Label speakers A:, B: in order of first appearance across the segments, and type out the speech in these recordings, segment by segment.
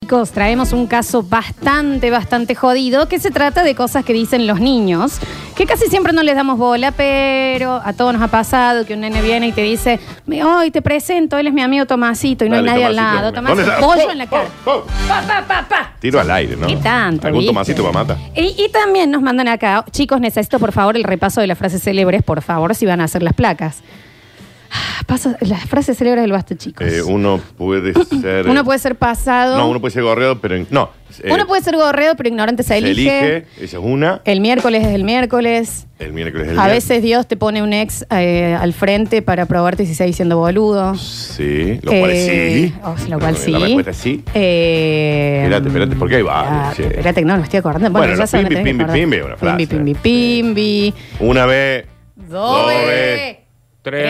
A: chicos, traemos un caso bastante, bastante jodido, que se trata de cosas que dicen los niños, que casi siempre no les damos bola, pero a todos nos ha pasado que un nene viene y te dice, "Me- hoy te presento, él es mi amigo Tomasito, y no
B: Dale,
A: hay nadie al
B: Tomasito,
A: lado.
B: ven. ¿Dónde
A: Tomasito,
B: está?
A: pollo
B: Oh,
A: en la
B: oh,
A: cara.
B: oh.
A: Pa, pa, pa, pa.
B: Tiro al aire, ¿no?
A: ¿Qué tanto?
B: Algún
A: viste?
B: tomacito va a matar.
A: Y, y también nos mandan acá, chicos, necesito por favor el repaso de las frases célebres, por favor, si van a hacer las placas. Ah, Pasa, las frases célebres del basta, chicos.
B: Eh, uno puede ser. eh,
A: uno puede ser pasado.
B: No, uno puede ser gorreado, pero. en- No. eh,
A: Uno puede ser gorreo, pero ignorante se
B: se
A: elige.
B: elige. Esa es una.
A: El miércoles es el miércoles.
B: El miércoles es el
A: a
B: día.
A: veces Dios te pone un ex eh, al frente para probarte si seguís siendo boludo.
B: Sí, lo cual
A: Eh,
B: sí.
A: oh, lo cual
B: La
A: sí.
B: respuesta es sí.
A: Eh,
B: Espérate, espérate, porque hay varios,
A: ah,
B: sí.
A: Espérate, que no, no estoy acordando. Bueno,
B: Bueno,
A: ya
B: no,
A: sabes,
B: pimbi,
A: me tenés que acordar.
B: pimbi, pimbi es una frase.
A: Pimbi, pimbi, pimbi.
B: Una vez.
A: Dobe. Treve.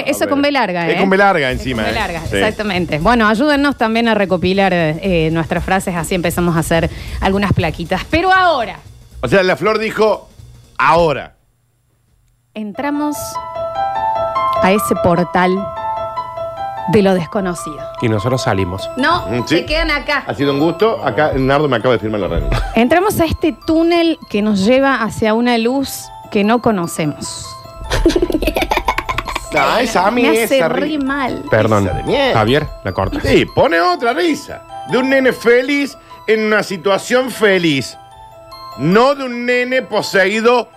A: Eh, Eso con B larga, ¿eh?
B: Es con B larga
A: Es
B: encima.
A: con B
B: ¿eh?
A: larga,
B: Sí.
A: exactamente. Bueno, ayúdennos también a recopilar eh, nuestras frases, así empezamos a hacer algunas plaquitas. Pero ahora
B: O sea, la flor dijo ahora.
A: entramos a ese portal de lo desconocido.
C: Y nosotros salimos.
A: No,
B: Mm,
A: se
B: sí.
A: quedan acá.
B: Ha sido un gusto. Acá Nardo me acaba de firmar la renuncia.
A: Entramos a este túnel que nos lleva hacia una luz que no conocemos.
B: Ah, esa a mí
A: Me hace
B: esa
A: re
B: ri-
A: mal.
C: Perdón.
B: Esa de mierda.
C: Javier, la corta.
B: Sí, pone otra risa. De un nene feliz en una situación feliz. No de un nene poseído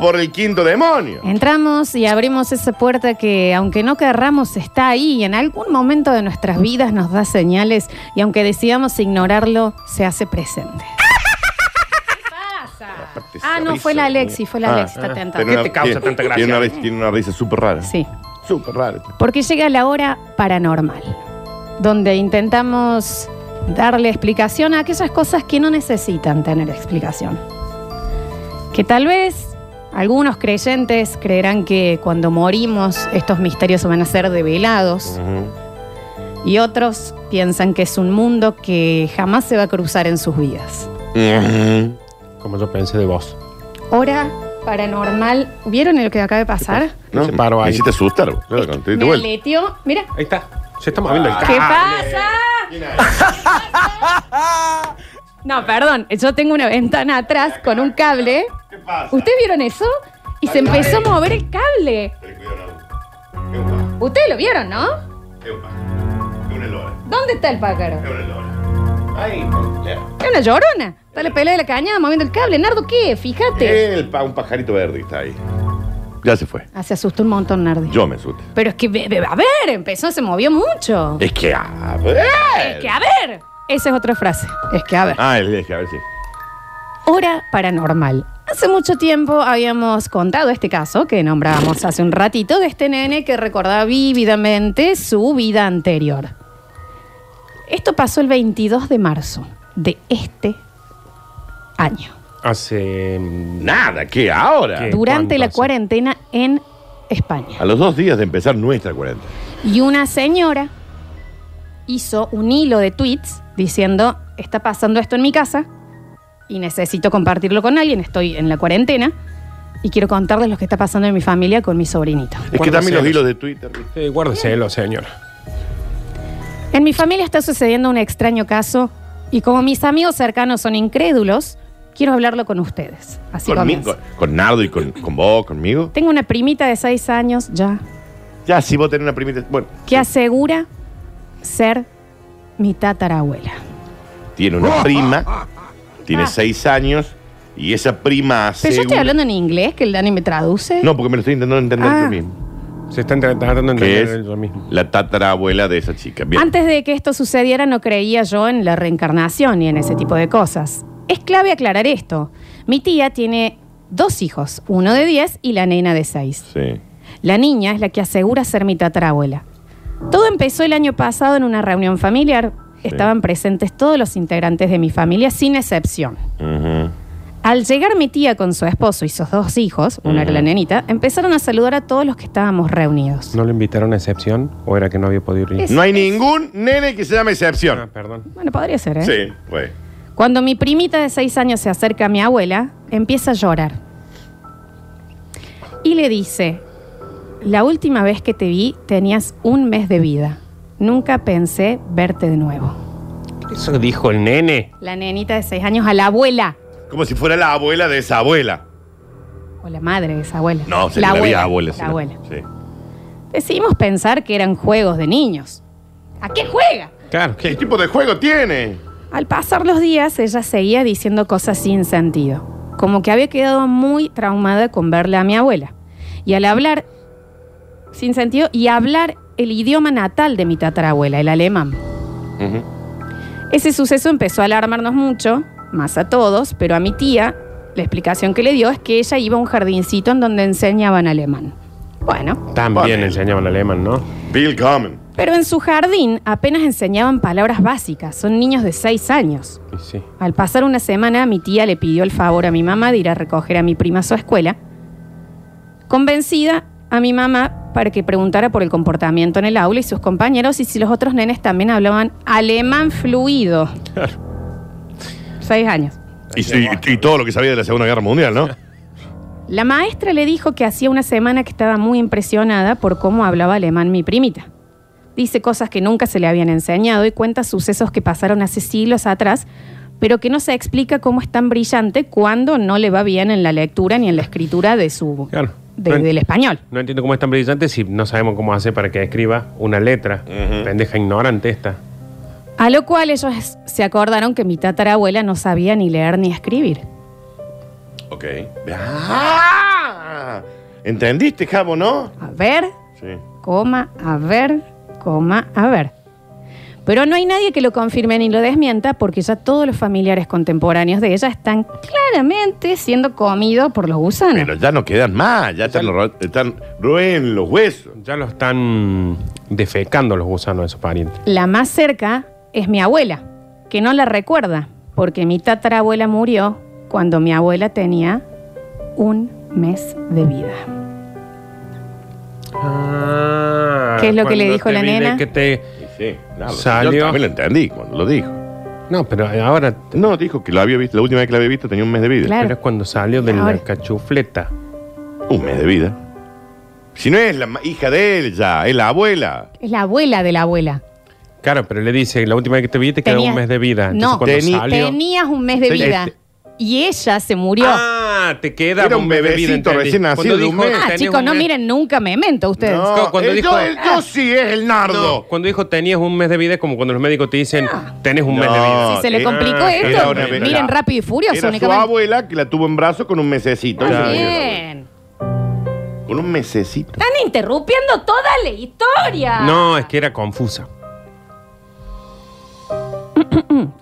B: por el quinto demonio.
A: Ah. Entramos y abrimos esa puerta que, aunque no querramos, está ahí y en algún momento de nuestras vidas nos da señales y aunque decidamos ignorarlo, se hace presente. ¿Qué
B: Aparte,
A: pasa?
B: esa
A: Ah, no,
B: risa
A: fue la
B: de
A: Alexi,
B: mierda.
A: fue la
B: Ah,
A: Alexi, está
B: ah,
A: atenta.
B: pero
C: ¿Qué
B: una-
C: te causa
B: tiene-
C: tanta gracia?
B: Tiene una, risa- tiene una risa súper rara.
A: Sí,
B: Súper rara.
A: porque llega la hora paranormal, donde intentamos darle explicación a aquellas cosas que no necesitan tener explicación. Que tal vez algunos creyentes creerán que cuando morimos estos misterios van a ser develados.
B: Ujú.
A: y otros piensan que es un mundo que jamás se va a cruzar en sus vidas.
B: Ujú.
C: Como yo pensé de vos.
A: Hora paranormal. ¿Vieron lo que acaba de pasar?
B: No,
C: Se paró
B: me
C: ahí.
B: hiciste asustar. boludo, cuando te diste
A: Me
B: vuelta. Ah,
A: aleteó. Mira.
C: Ahí está. Se está moviendo el
A: ¿Qué
C: carro.
A: pasa? No, perdón. Yo tengo una ventana atrás con un cable.
B: ¿Qué pasa?
A: ¿Ustedes vieron eso? Y se empezó a mover el cable.
B: Pero cuidado, Nardo. Es un pájaro,
A: Ustedes lo vieron, ¿no?
B: es un pájaro, es una lora,
A: ¿Dónde está el pájaro?
B: es una lora. Ahí, mira.
A: Es una llorona. Está la pelea de la cañada moviendo el cable. Nardo, ¿qué? Fíjate.
B: El pa- un pajarito verde que está ahí. Ya se fue.
A: Ah, se asustó un montón, Nardi.
B: Yo me asusté.
A: Pero es que, be- be- a ver, empezó, se movió mucho.
B: Es que a ver.
A: Es que, a ver. Esa es otra frase. Eh. Es que, a ver.
B: Ah, el es que a ver, sí.
A: Hora paranormal. Hace mucho tiempo habíamos contado este caso que nombrábamos hace un ratito de este nene que recordaba vívidamente su vida anterior. Esto pasó el 22 de marzo de este año,
C: Hace. mm,
B: Nada, ¿qué ahora?
C: ¿Qué?
A: durante
C: ¿Cuánto
A: la
C: hace?
A: cuarentena en España.
B: A los dos días de empezar nuestra cuarentena.
A: Y una señora hizo un hilo de tweets diciendo, está pasando esto en mi casa y necesito compartirlo con alguien, estoy en la cuarentena y quiero contarles lo que está pasando en mi familia con mi sobrinito.
B: Es que
C: Cuando
B: también los
C: hacemos.
B: hilos de Twitter. ¿viste?
C: Eh, guárdeselo, señor.
A: En mi familia está sucediendo un extraño caso y como mis amigos cercanos son incrédulos, quiero hablarlo con ustedes. Así comienza.
B: Conmigo, con Nardo y con, con vos, conmigo.
A: Tengo una primita de seis años ya
B: Ya, si vos tenés una primita. Bueno,
A: que asegura ser mi tatarabuela.
B: tiene una
A: Ah.
B: prima, tiene seis años, y esa prima hace.
A: Pero yo estoy hablando en inglés, que el Dani me traduce.
B: No, porque me lo estoy intentando entender
A: Ah.
B: yo mismo.
C: Se está entre- tratando de
B: Que
C: entender
B: es
C: yo mismo.
B: la tatarabuela de esa chica. Bien.
A: Antes de que esto sucediera no creía yo en la reencarnación y en ese tipo de cosas. Es clave aclarar esto. Mi tía tiene dos hijos, uno de 10 y la nena de 6.
B: Sí.
A: La niña es la que asegura ser mi tatarabuela. Todo empezó el año pasado en una reunión familiar. Estaban presentes todos los integrantes de mi familia, sin excepción.
B: Ujú.
A: Al llegar mi tía con su esposo y sus dos hijos, uno era la nenita, empezaron a saludar a todos los que estábamos reunidos.
C: ¿No lo invitaron a excepción? ¿O era que no había podido ir?
A: Es-
B: No hay ningún nene que se llame excepción.
C: Ah, perdón.
A: Bueno, podría ser, ¿eh?
B: Sí, pues.
A: Cuando mi primita de seis años se acerca a mi abuela, empieza a llorar. Y le dice, la última vez que te vi tenías un mes de vida. Nunca pensé verte de nuevo.
C: Eso dijo el nene.
A: La nenita de seis años a la abuela.
B: Como si fuera la abuela de esa abuela.
A: O la madre de esa abuela.
B: No, se
A: la
B: le había abuela.
A: La
B: sí, no.
A: abuela.
B: Sí.
A: Decidimos pensar que eran juegos de niños. ¿A qué juega?
C: Claro.
B: ¿Qué tipo de juego tiene?
A: Al pasar los días, ella seguía diciendo cosas sin sentido, como que había quedado muy traumada con verle a mi abuela. Y al hablar, sin sentido, y hablar el idioma natal de mi tatarabuela, el alemán. Ese suceso empezó a alarmarnos mucho, más a todos, pero a mi tía, la explicación que le dio es que ella iba a un jardincito en donde enseñaban alemán. Bueno,
C: También
B: Ponele.
C: enseñaban alemán, ¿no?
B: Bill Common.
A: pero en su jardín apenas enseñaban palabras básicas, son niños de 6 años.
C: Y sí.
A: Al pasar una semana, mi tía le pidió el favor a mi mamá de ir a recoger a mi prima a su escuela, convencida a mi mamá para que preguntara por el comportamiento en el aula y sus compañeros y si los otros nenes también hablaban alemán fluido.
C: Claro.
A: Seis años.
B: Y, sí, y todo lo que sabía de la Segunda Guerra Mundial, ¿no?
A: La maestra le dijo que hacía una semana que estaba muy impresionada por cómo hablaba alemán mi primita. Dice cosas que nunca se le habían enseñado y cuenta sucesos que pasaron hace siglos atrás, pero que no se explica cómo es tan brillante cuando no le va bien en la lectura ni en la escritura de su
C: Claro.
A: de-
C: No en-
A: del español.
C: No entiendo cómo es tan brillante si no sabemos cómo hace para que escriba una letra. Pendeja ignorante esta.
A: A lo cual ellos se acordaron que mi tatarabuela no sabía ni leer ni escribir.
B: ok. Ah, ¿Entendiste, Jabo, no?
A: A ver,
B: Sí.
A: coma, a ver, coma, a ver. Pero no hay nadie que lo confirme ni lo desmienta porque ya todos los familiares contemporáneos de ella están claramente siendo comidos por los gusanos.
B: Pero ya no quedan más, ya están, ro- están ruen los huesos.
C: Ya lo están defecando los gusanos de sus parientes.
A: La más cerca es mi abuela, que no la recuerda porque mi tatarabuela murió cuando mi abuela tenía un mes de vida. ¿Qué es lo que le
C: Ah, Cuando
A: dijo
C: te
A: la
C: vi de
A: nena?
C: que te-
B: Sí, sí. No,
C: Salió.
B: Yo también lo entendí cuando lo dijo.
C: No, pero ahora
B: No, dijo que lo había visto, la última vez que la había visto tenía un mes de vida.
A: Claro.
C: Pero es cuando salió de
A: Ahora.
C: la cachufleta.
B: Un mes de vida. Si no es la ma- hija de él ya, es la abuela.
A: Es la abuela de la abuela.
C: Claro, pero le dice, la última vez que te vi te quedó
A: Tenía-
C: un mes de vida. Entonces,
A: No.
C: cuando
B: Teni-
C: salió-
A: Tenías un mes de
B: Sí,
A: vida
C: este-
A: y ella se murió.
C: Ah, te queda
B: Era un
C: mes de vida,
B: bebecito
C: entendí.
B: recién nacido
C: Cuando
B: de un
C: dijo,
B: mes.
A: Ah,
C: "Tenés
A: chicos,
C: un
A: no
C: mes-"
A: miren nunca memento ustedes.
B: No,
C: Cuando
B: el
C: dijo-
B: yo, el
A: Ah.
B: yo sí es el nardo.
C: No, cuando dijo tenías un mes de vida es como cuando los médicos te dicen
A: Ah.
C: tenés un mes de
B: No.
C: vida.
A: Si se le
B: eh,
A: complicó
C: ah,
A: esto,
B: era una vez-
A: miren
B: era-
A: rápido y furioso
B: Era su
A: únicamente.
B: abuela que la tuvo en brazos con un mesecito.
A: Muy
C: Claro.
A: bien.
B: Con un mesecito.
A: Están interrumpiendo toda la historia.
C: No, es que era confusa.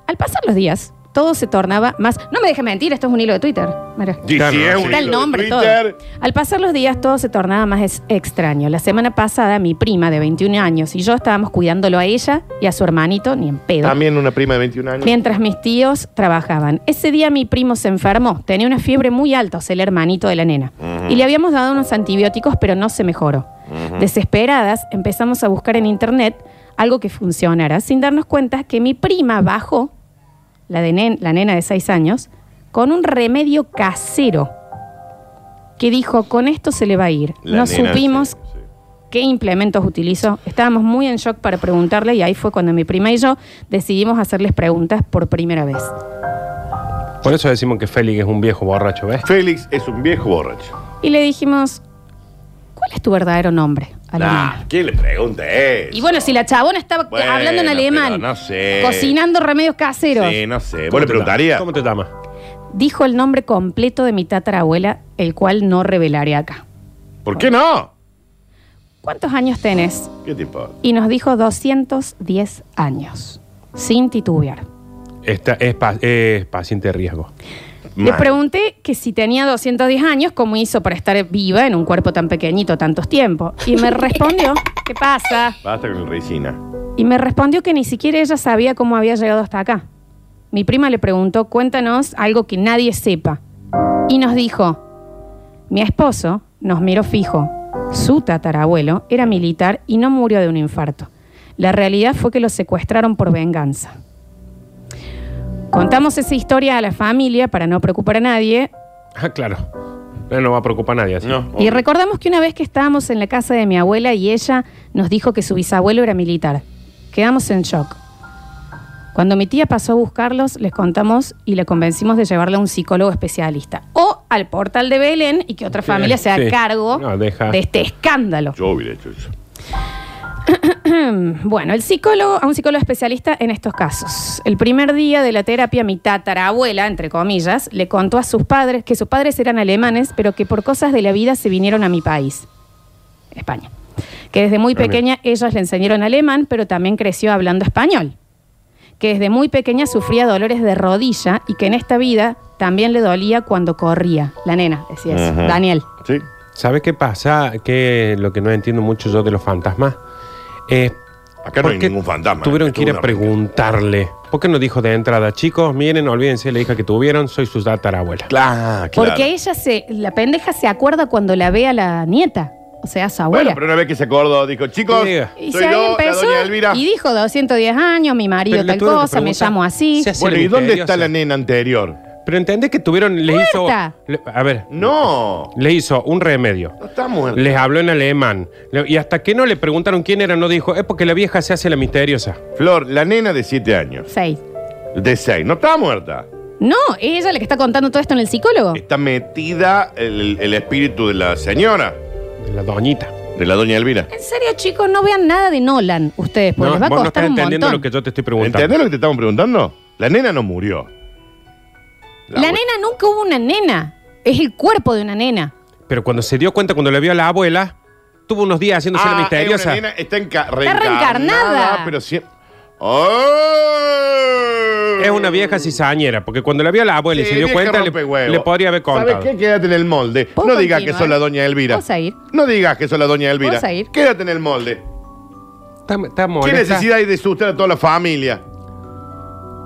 A: Al pasar los días, todo se tornaba más. No me dejes mentir, esto es un hilo de Twitter. Mira.
B: Y
C: Claro,
B: si es
C: sí.
B: un
A: Está el
B: hilo de
A: nombre, todo.
B: Twitter,
A: Al pasar los días, todo se tornaba más es- extraño. La semana pasada, mi prima de 21 años y yo estábamos cuidándolo a ella y a su hermanito, ni en pedo.
B: También una prima de 21 años.
A: Mientras mis tíos trabajaban. Ese día mi primo se enfermó, tenía una fiebre muy alta, o sea, el hermanito de la nena. Y le habíamos dado unos antibióticos, pero no se mejoró. Desesperadas, empezamos a buscar en internet algo que funcionara, sin darnos cuenta que mi prima bajó, la, de nen- la nena de 6 años, con un remedio casero que dijo, con esto se le va a ir.
B: La
A: no
B: nena,
A: supimos
B: sí, sí.
A: qué implementos utilizó. Estábamos muy en shock para preguntarle y ahí fue cuando mi prima y yo decidimos hacerles preguntas por primera vez.
C: Por eso decimos que Félix es un viejo borracho, ¿ves?
B: Félix es un viejo borracho.
A: Y le dijimos, ¿cuál es tu verdadero nombre? a la
B: Nah,
A: nena?".
B: ¿quién le pregunta eso?
A: Ah, Y bueno, si la chabona estaba
B: Bueno,
A: hablando en alemán,
B: pero no sé.
A: cocinando remedios caseros,
B: Sí, no sé. ¿Vos
C: ¿Cómo
B: le
C: te llamas?
B: preguntarías?
C: ¿Cómo te llamas?
A: dijo el nombre completo de mi tatarabuela, el cual no revelaré acá.
B: ¿Por qué no?
A: ¿Cuántos años tenés?
B: ¿Qué te importa?
A: Y nos dijo 210 años, sin titubear.
C: Esta es, pa- es paciente de riesgo.
A: Le
B: Mal.
A: pregunté que si tenía 210 años, cómo hizo para estar viva en un cuerpo tan pequeñito tantos tiempos. Y me respondió, ¿qué pasa?
B: Basta con el resina.
A: Y me respondió que ni siquiera ella sabía cómo había llegado hasta acá. Mi prima le preguntó, cuéntanos algo que nadie sepa. Y nos dijo, mi esposo nos miró fijo. Su tatarabuelo era militar y no murió de un infarto. La realidad fue que lo secuestraron por venganza. Contamos esa historia a la familia para no preocupar a nadie,
C: Ah, claro. No, no va a preocupar a nadie así.
B: No.
A: y recordamos que una vez que estábamos en la casa de mi abuela y ella nos dijo que su bisabuelo era militar. Quedamos en shock. Cuando mi tía pasó a buscarlos, les contamos y le convencimos de llevarle a un psicólogo especialista. O al portal de Belén y que otra familia se haga
C: sí.
A: cargo
C: No, deja.
A: de este escándalo.
B: Yo hubiera hecho eso.
A: Mm, Bueno, el psicólogo, a un psicólogo especialista en estos casos. El primer día de la terapia, mi tatarabuela, entre comillas, le contó a sus padres que sus padres eran alemanes, pero que por cosas de la vida se vinieron a mi país, España. Que desde muy
C: Ah, mira.
A: pequeña ellos le enseñaron alemán, pero también creció hablando español. Que desde muy pequeña sufría dolores de rodilla y que en esta vida también le dolía cuando corría. La nena, decía eso.
B: Ajá.
A: Daniel.
B: Sí.
C: ¿Sabes qué pasa? Que lo que no entiendo mucho yo de los fantasmas es.
B: Acá no
C: ¿por
B: hay
C: qué
B: ningún fantasma.
C: Tuvieron
B: Esto
C: que ir
B: es
C: a
B: una mentira.
C: preguntarle. ¿Por qué no dijo de entrada, chicos? Miren, olvídense la hija que tuvieron, soy su tatarabuela.
B: Claro, claro.
A: Porque ella se, la pendeja se acuerda cuando la ve a la nieta, o sea, a su
B: Bueno,
A: abuela.
B: pero una vez que se acordó, dijo, chicos,
C: Sí, diga.
A: y
B: soy
A: ahí
B: yo, la doña Elvira.
A: y dijo 210 años, mi marido
C: Pero le
A: tal
C: tuvieron que
A: cosa, me
C: preguntar.
A: llamo así.
C: Se hace
B: Bueno,
C: la
B: ¿y dónde
C: misteriosa.
B: está la nena anterior?
C: Pero entendés que tuvieron. Les hizo,
A: Muerta.
C: le- a ver,
B: No,
C: le hizo un remedio.
B: no está muerta.
C: Les habló en alemán. Le- Y hasta que no le preguntaron quién era, no dijo, es porque la vieja se hace la misteriosa.
B: Flor, la nena de 7 años,
A: Seis.
B: de 6, no está muerta.
A: No, es ella la que está contando todo esto en el psicólogo.
B: Está metida el, el espíritu de la señora,
C: De la doñita.
B: de la doña Elvira.
A: En serio, chicos, no vean nada de Nolan ustedes, porque
C: No,
A: les va a
C: vos no estás
A: costar un
C: entendiendo
A: montón.
C: lo que yo te estoy preguntando.
B: ¿Entendés lo que te estamos preguntando? La nena no murió.
A: La, nena nunca hubo una nena. Es el cuerpo de una nena.
C: Pero cuando se dio cuenta, cuando le vio a la abuela, tuvo unos días haciéndose la
B: Ah, es
C: misteriosa.
B: una nena, está, enca-
A: reencarnada.
B: Pero sí. ¡Oh!
C: Es una vieja cizañera, porque cuando la vio a la abuela y
B: Sí,
C: se dio
B: vieja
C: cuenta, le,
B: rompehuevo.
C: le podría haber contado.
B: ¿Sabes qué? Quédate en el molde.
A: ¿Puedo
B: No digas que
A: continuar?
B: sos la doña Elvira.
A: ¿Puedo seguir?
B: No digas que sos la doña Elvira.
A: ¿Puedo seguir?
B: Quédate en el molde.
C: Está, está
B: ¿Qué
C: molesta.
B: necesidad hay de asustar a toda la familia?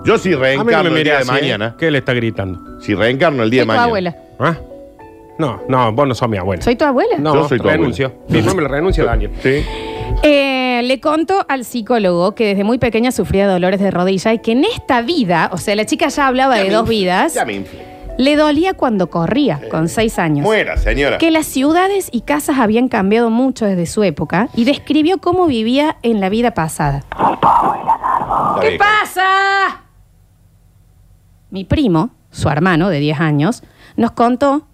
B: Yo si
C: A mí
B: reencarno
C: no me
B: el
C: mire
B: día de
C: así, ¿eh?
B: mañana.
C: ¿Qué le está gritando?
B: Si reencarno el día
A: Soy
B: de
A: tu
B: mañana.
A: abuela.
C: ¿Ah? No, no, vos no sos mi abuela.
A: Soy tu abuela.
C: no,
B: Yo soy tu
C: renuncio.
B: abuela.
C: Mi nombre le renuncio, Daniel.
B: Sí.
A: Eh, le contó al psicólogo que desde muy pequeña sufría dolores de rodilla y que en esta vida, o sea, la chica ya hablaba de
B: me
A: dos
B: infla,
A: vidas,
B: Ya me Eh, inflé.
A: le dolía cuando corría, con seis años.
B: Muera, señora.
A: Que las ciudades y casas habían cambiado mucho desde su época y describió cómo vivía en la vida pasada.
B: Está
A: ¿Qué
B: bien.
A: pasa? Mi primo, su hermano de 10 años, nos contó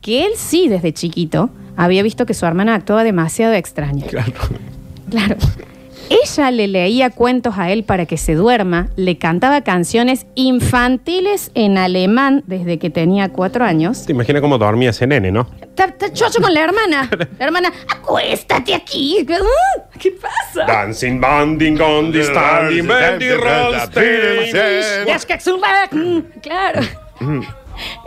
A: que él sí desde chiquito había visto que su hermana actuaba demasiado extraña.
C: Claro.
A: Claro. Ella le leía cuentos a él para que se duerma, le cantaba canciones infantiles en alemán desde que tenía cuatro años.
C: Te imaginas cómo dormía ese nene, ¿no?
A: Está, está chocho con la hermana. La hermana, acuéstate aquí. Ah, ¿Qué pasa?
C: Dancing, banding, on the standing, bendy, roll, stage.
A: Es que es un rack. Mm, Claro.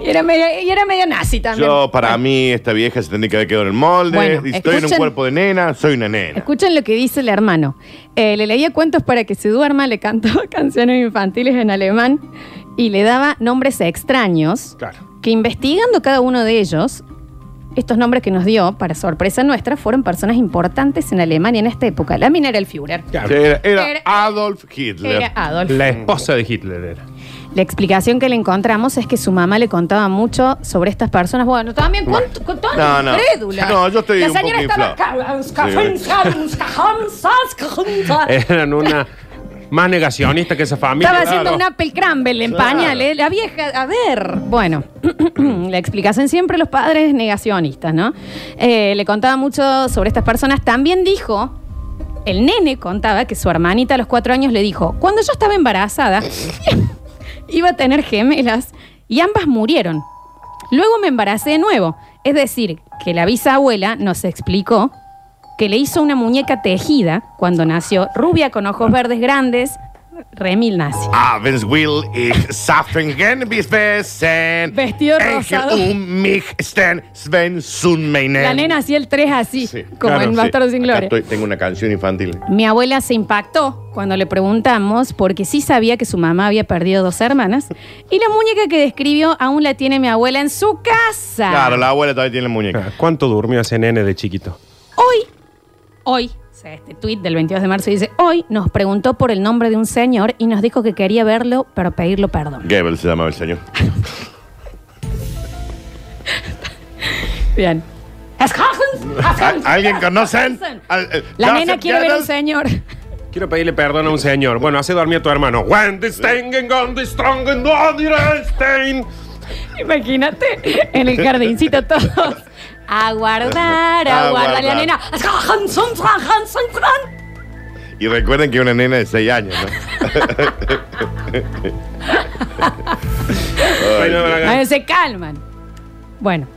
A: Y era media, y era media nazi también.
B: Mm. Yo, para mí, esta vieja se tendría que haber quedado en el molde.
A: Bueno,
B: y estoy en un
A: escuchen-
B: cuerpo de nena, soy una nena.
A: Escuchen lo que dice el hermano. Eh, le leía cuentos para que se duerma, le cantaba canciones infantiles en alemán y le daba nombres extraños
C: Claro.
A: que investigando cada uno de ellos, estos nombres que nos dio, para sorpresa nuestra, fueron personas importantes en Alemania en esta época. La mina era el Führer.
C: claro.
B: Sí, Era, era
A: Era-
B: Adolf Hitler.
A: Era Adolf.
C: La esposa de Hitler era.
A: La explicación que le encontramos es que su mamá le contaba mucho sobre estas personas. Bueno, también con, con tan
B: No, no.
A: incrédula.
B: No, yo estoy
A: La
B: un
A: señora
B: poco
A: estaba...
C: Eran una más negacionista que esa familia.
A: Estaba
C: Claro.
A: haciendo un Apple Crumble en
B: Claro.
A: pañales. La vieja, a ver. Bueno, la explicación siempre los padres negacionistas, ¿no? Eh, le contaba mucho sobre estas personas. También dijo, el nene contaba que su hermanita a los cuatro años le dijo, cuando yo estaba embarazada, iba a tener gemelas y ambas murieron. Luego me embaracé de nuevo. Es decir, que la bisabuela nos explicó que le hizo una muñeca tejida cuando nació, rubia con ojos verdes grandes, remil nazi.
B: Abends Ah, will ich Saffengen bis Besen.
A: Vestido rosado.
B: Engel um mich Sten Sven Sunmeinen.
A: La nena hacía el 3 así,
B: Sí,
A: como
B: claro,
A: en
B: sí.
A: Bastardos sin
B: Acá
A: Gloria.
B: estoy- tengo una canción infantil.
A: Mi abuela se impactó cuando le preguntamos porque sí sabía que su mamá había perdido dos hermanas y la muñeca que describió aún la tiene mi abuela en su casa.
B: Claro, la abuela todavía tiene la muñeca.
C: Ah, ¿Cuánto durmió ese nene de chiquito?
A: Hoy, hoy, o sea, este tuit del 22 de marzo dice, hoy nos preguntó por el nombre de un señor y nos dijo que quería verlo para pedirlo perdón.
B: Goebbels se llamaba el señor.
A: Bien. Ah,
B: ¿Al- ¿Alguien conocen? eh, Al- eh,
A: La
B: Joseph
A: nena quiere ver a un
B: Goebbels?
A: señor.
C: Quiero pedirle perdón a un señor. Bueno, hace dormir a tu hermano. When the stinging on the strong and on the stain.
A: Imagínate en el jardincito todos. Aguardar, aguardar. La
B: Aguardar.
A: nena. "Ah, Hanson, Fran, Hanson, Fran.
B: Y recuerden que es una nena de 6 años, ¿no?
C: Bueno,
A: A
C: acá.
A: ver, se calman. Bueno,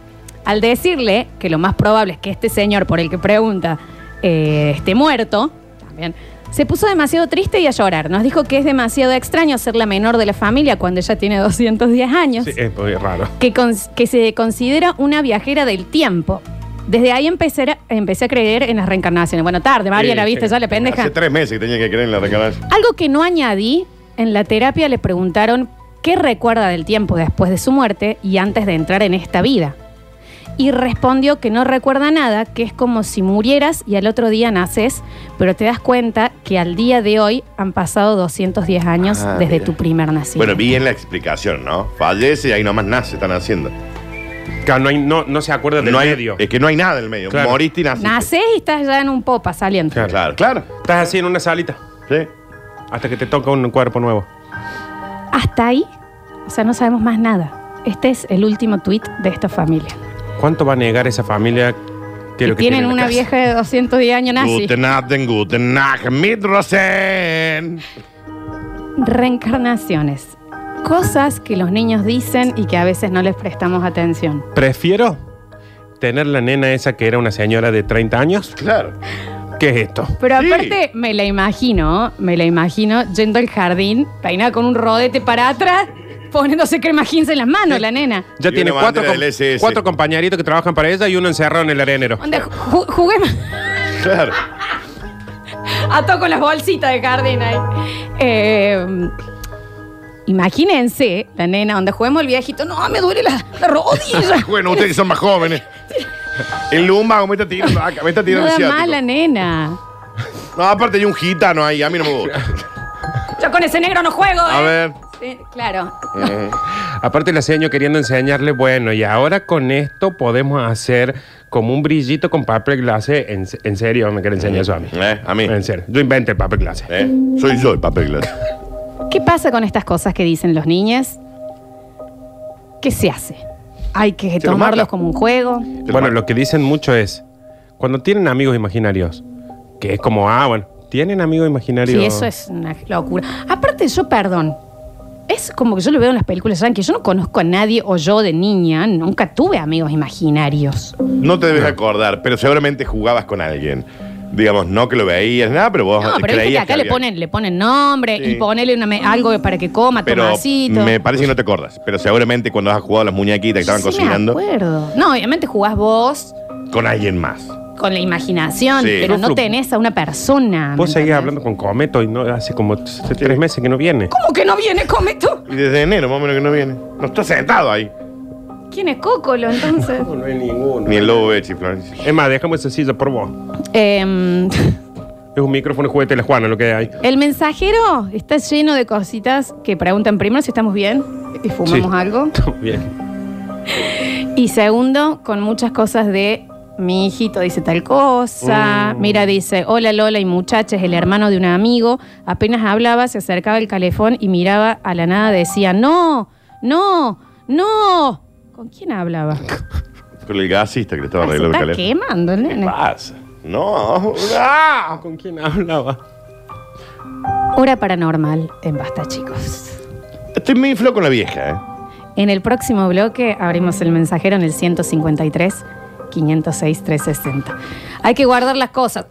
A: al decirle que lo más probable es que este señor por el que pregunta eh, esté muerto, también, se puso demasiado triste y a llorar. Nos dijo que es demasiado extraño ser la menor de la familia cuando ella tiene 210 años.
C: Sí, es muy raro.
A: que, cons- que se considera una viajera del tiempo. Desde ahí empecé a, empecé a creer en las reencarnaciones. Bueno, tarde, María,
C: Sí,
A: la viste,
C: sí.
A: ya la pendeja.
B: Hace tres meses que tenía que creer en la reencarnación.
A: Algo que no añadí, en la terapia le preguntaron qué recuerda del tiempo después de su muerte y antes de entrar en esta vida. Y respondió que no recuerda nada, que es como si murieras y al otro día naces, pero te das cuenta que al día de hoy han pasado 210 años
B: Ah,
A: desde
B: mira.
A: tu primer nacimiento.
B: Bueno, bien la explicación, ¿no? Fallece y ahí nomás nace, están haciendo.
C: Claro, no, hay- no, no eh, se acuerda del
B: No hay,
C: medio.
B: Es que no hay nada en el medio.
C: Claro.
B: Moriste y naciste.
A: Nacés y estás ya en un popa saliendo.
C: Claro.
B: Claro, claro.
C: Estás así en una salita
B: Sí.
C: hasta que te toca un cuerpo nuevo.
A: Hasta ahí, o sea, no sabemos más nada. Este es el último tuit de esta familia.
C: ¿Cuánto va a negar esa familia que lo
A: Y tienen
C: que tiene en la
A: una
C: casa?
A: vieja de 210 años nazi.
B: Guten Abend, guten Nacht, mit Rosen.
A: Reencarnaciones. Cosas que los niños dicen y que a veces no les prestamos atención.
C: Prefiero tener la nena esa que era una señora de 30 años.
B: Claro.
C: ¿Qué es esto?
A: Pero
B: Sí.
A: aparte, me la imagino, me la imagino yendo al jardín, peinada con un rodete para atrás, poniéndose crema jeans en las manos, la nena.
C: Ya
B: Y
C: tiene
B: una
C: cuatro,
B: bandera
C: com-
B: del SS.
C: cuatro compañeritos que trabajan para ella y uno encerrado en el arenero.
A: Onda, ju- juguemos.
B: Claro.
A: A todo con las bolsitas de jardín ahí. Eh, imagínense, la nena, donde juguemos el viejito. No, me duele la, la rodilla.
B: Bueno, ustedes que son más jóvenes. El lumbago me está tirando acá, me está
A: No
B: tirando
A: da
B: asiático.
A: más la nena.
B: No, aparte hay un gitano ahí, a mí no me gusta.
A: Yo con ese negro no juego, ¿eh?
B: A ver.
A: Sí, claro.
C: Aparte la seño queriendo enseñarle, bueno, y ahora con esto podemos hacer como un brillito con papel glacé. En, en serio, me quiere enseñar eso a mí.
B: Eh, a mí.
C: En serio, yo inventé el papel glacé.
B: Eh, Soy yo el papel glass.
A: ¿Qué pasa con estas cosas que dicen los niños? ¿Qué se hace? Hay que
B: lo
A: tomarlos
B: mata.
A: como un juego.
C: Bueno, lo que dicen mucho es, cuando tienen amigos imaginarios, que es como, ah, bueno, tienen amigos imaginarios.
A: Sí, eso es una locura. Aparte, yo, perdón, es como que yo lo veo en las películas yankees. Yo no conozco a nadie, o yo de niña, nunca tuve amigos imaginarios.
B: No te debes acordar, pero seguramente jugabas con alguien. Digamos, no que lo veías, nada, pero vos
A: No, pero viste que
B: creías
A: acá le
B: había-
A: ponen, le ponen nombre
B: Sí.
A: y ponele una me- algo para que coma,
B: Pero
A: tomacito.
B: me parece que no te acordas. Pero seguramente cuando has jugado a las muñequitas que estaban
A: Sí, me
B: cocinando,
A: acuerdo. No, obviamente jugás vos
B: con alguien más.
A: con la imaginación,
B: Sí.
A: pero no
C: Flu-
A: tenés a una persona.
C: Vos
A: ¿me
C: seguís
A: entendés?
C: hablando con Cometo y no, hace como t- tres meses que no viene.
A: ¿Cómo que no viene Cometo?
B: Y desde enero, más o menos que no viene. No está sentado ahí.
A: ¿Quién es Cócolo entonces?
C: No hay ninguno.
B: Ni el lobo de Florencia.
C: Es más, dejamos esa silla por vos.
A: Em,
C: Es un micrófono y juguete de la Juana lo que hay.
A: el mensajero está lleno de cositas que preguntan primero si estamos bien y fumamos
C: Sí.
A: algo.
C: Bien.
A: Y segundo, con muchas cosas de mi hijito dice tal cosa.
B: Oh.
C: Mm.
A: Mira, dice, hola Lola y muchachas, el hermano de un amigo. Apenas hablaba, se acercaba el calefón y miraba a la nada, decía, no, no, no. ¿Con quién hablaba?
B: Con el gasista que le estaba
A: Ah, se
B: arreglando
A: está
B: el calefón.
A: quemando, el nene.
B: pasa? No. ¡Ah!
C: ¿Con quién hablaba?
A: Hora paranormal en Basta, chicos.
B: Estoy muy flojo con la vieja, ¿eh?
A: En el próximo bloque abrimos el mensajero en el 153 506 360. Hay que guardar las cosas.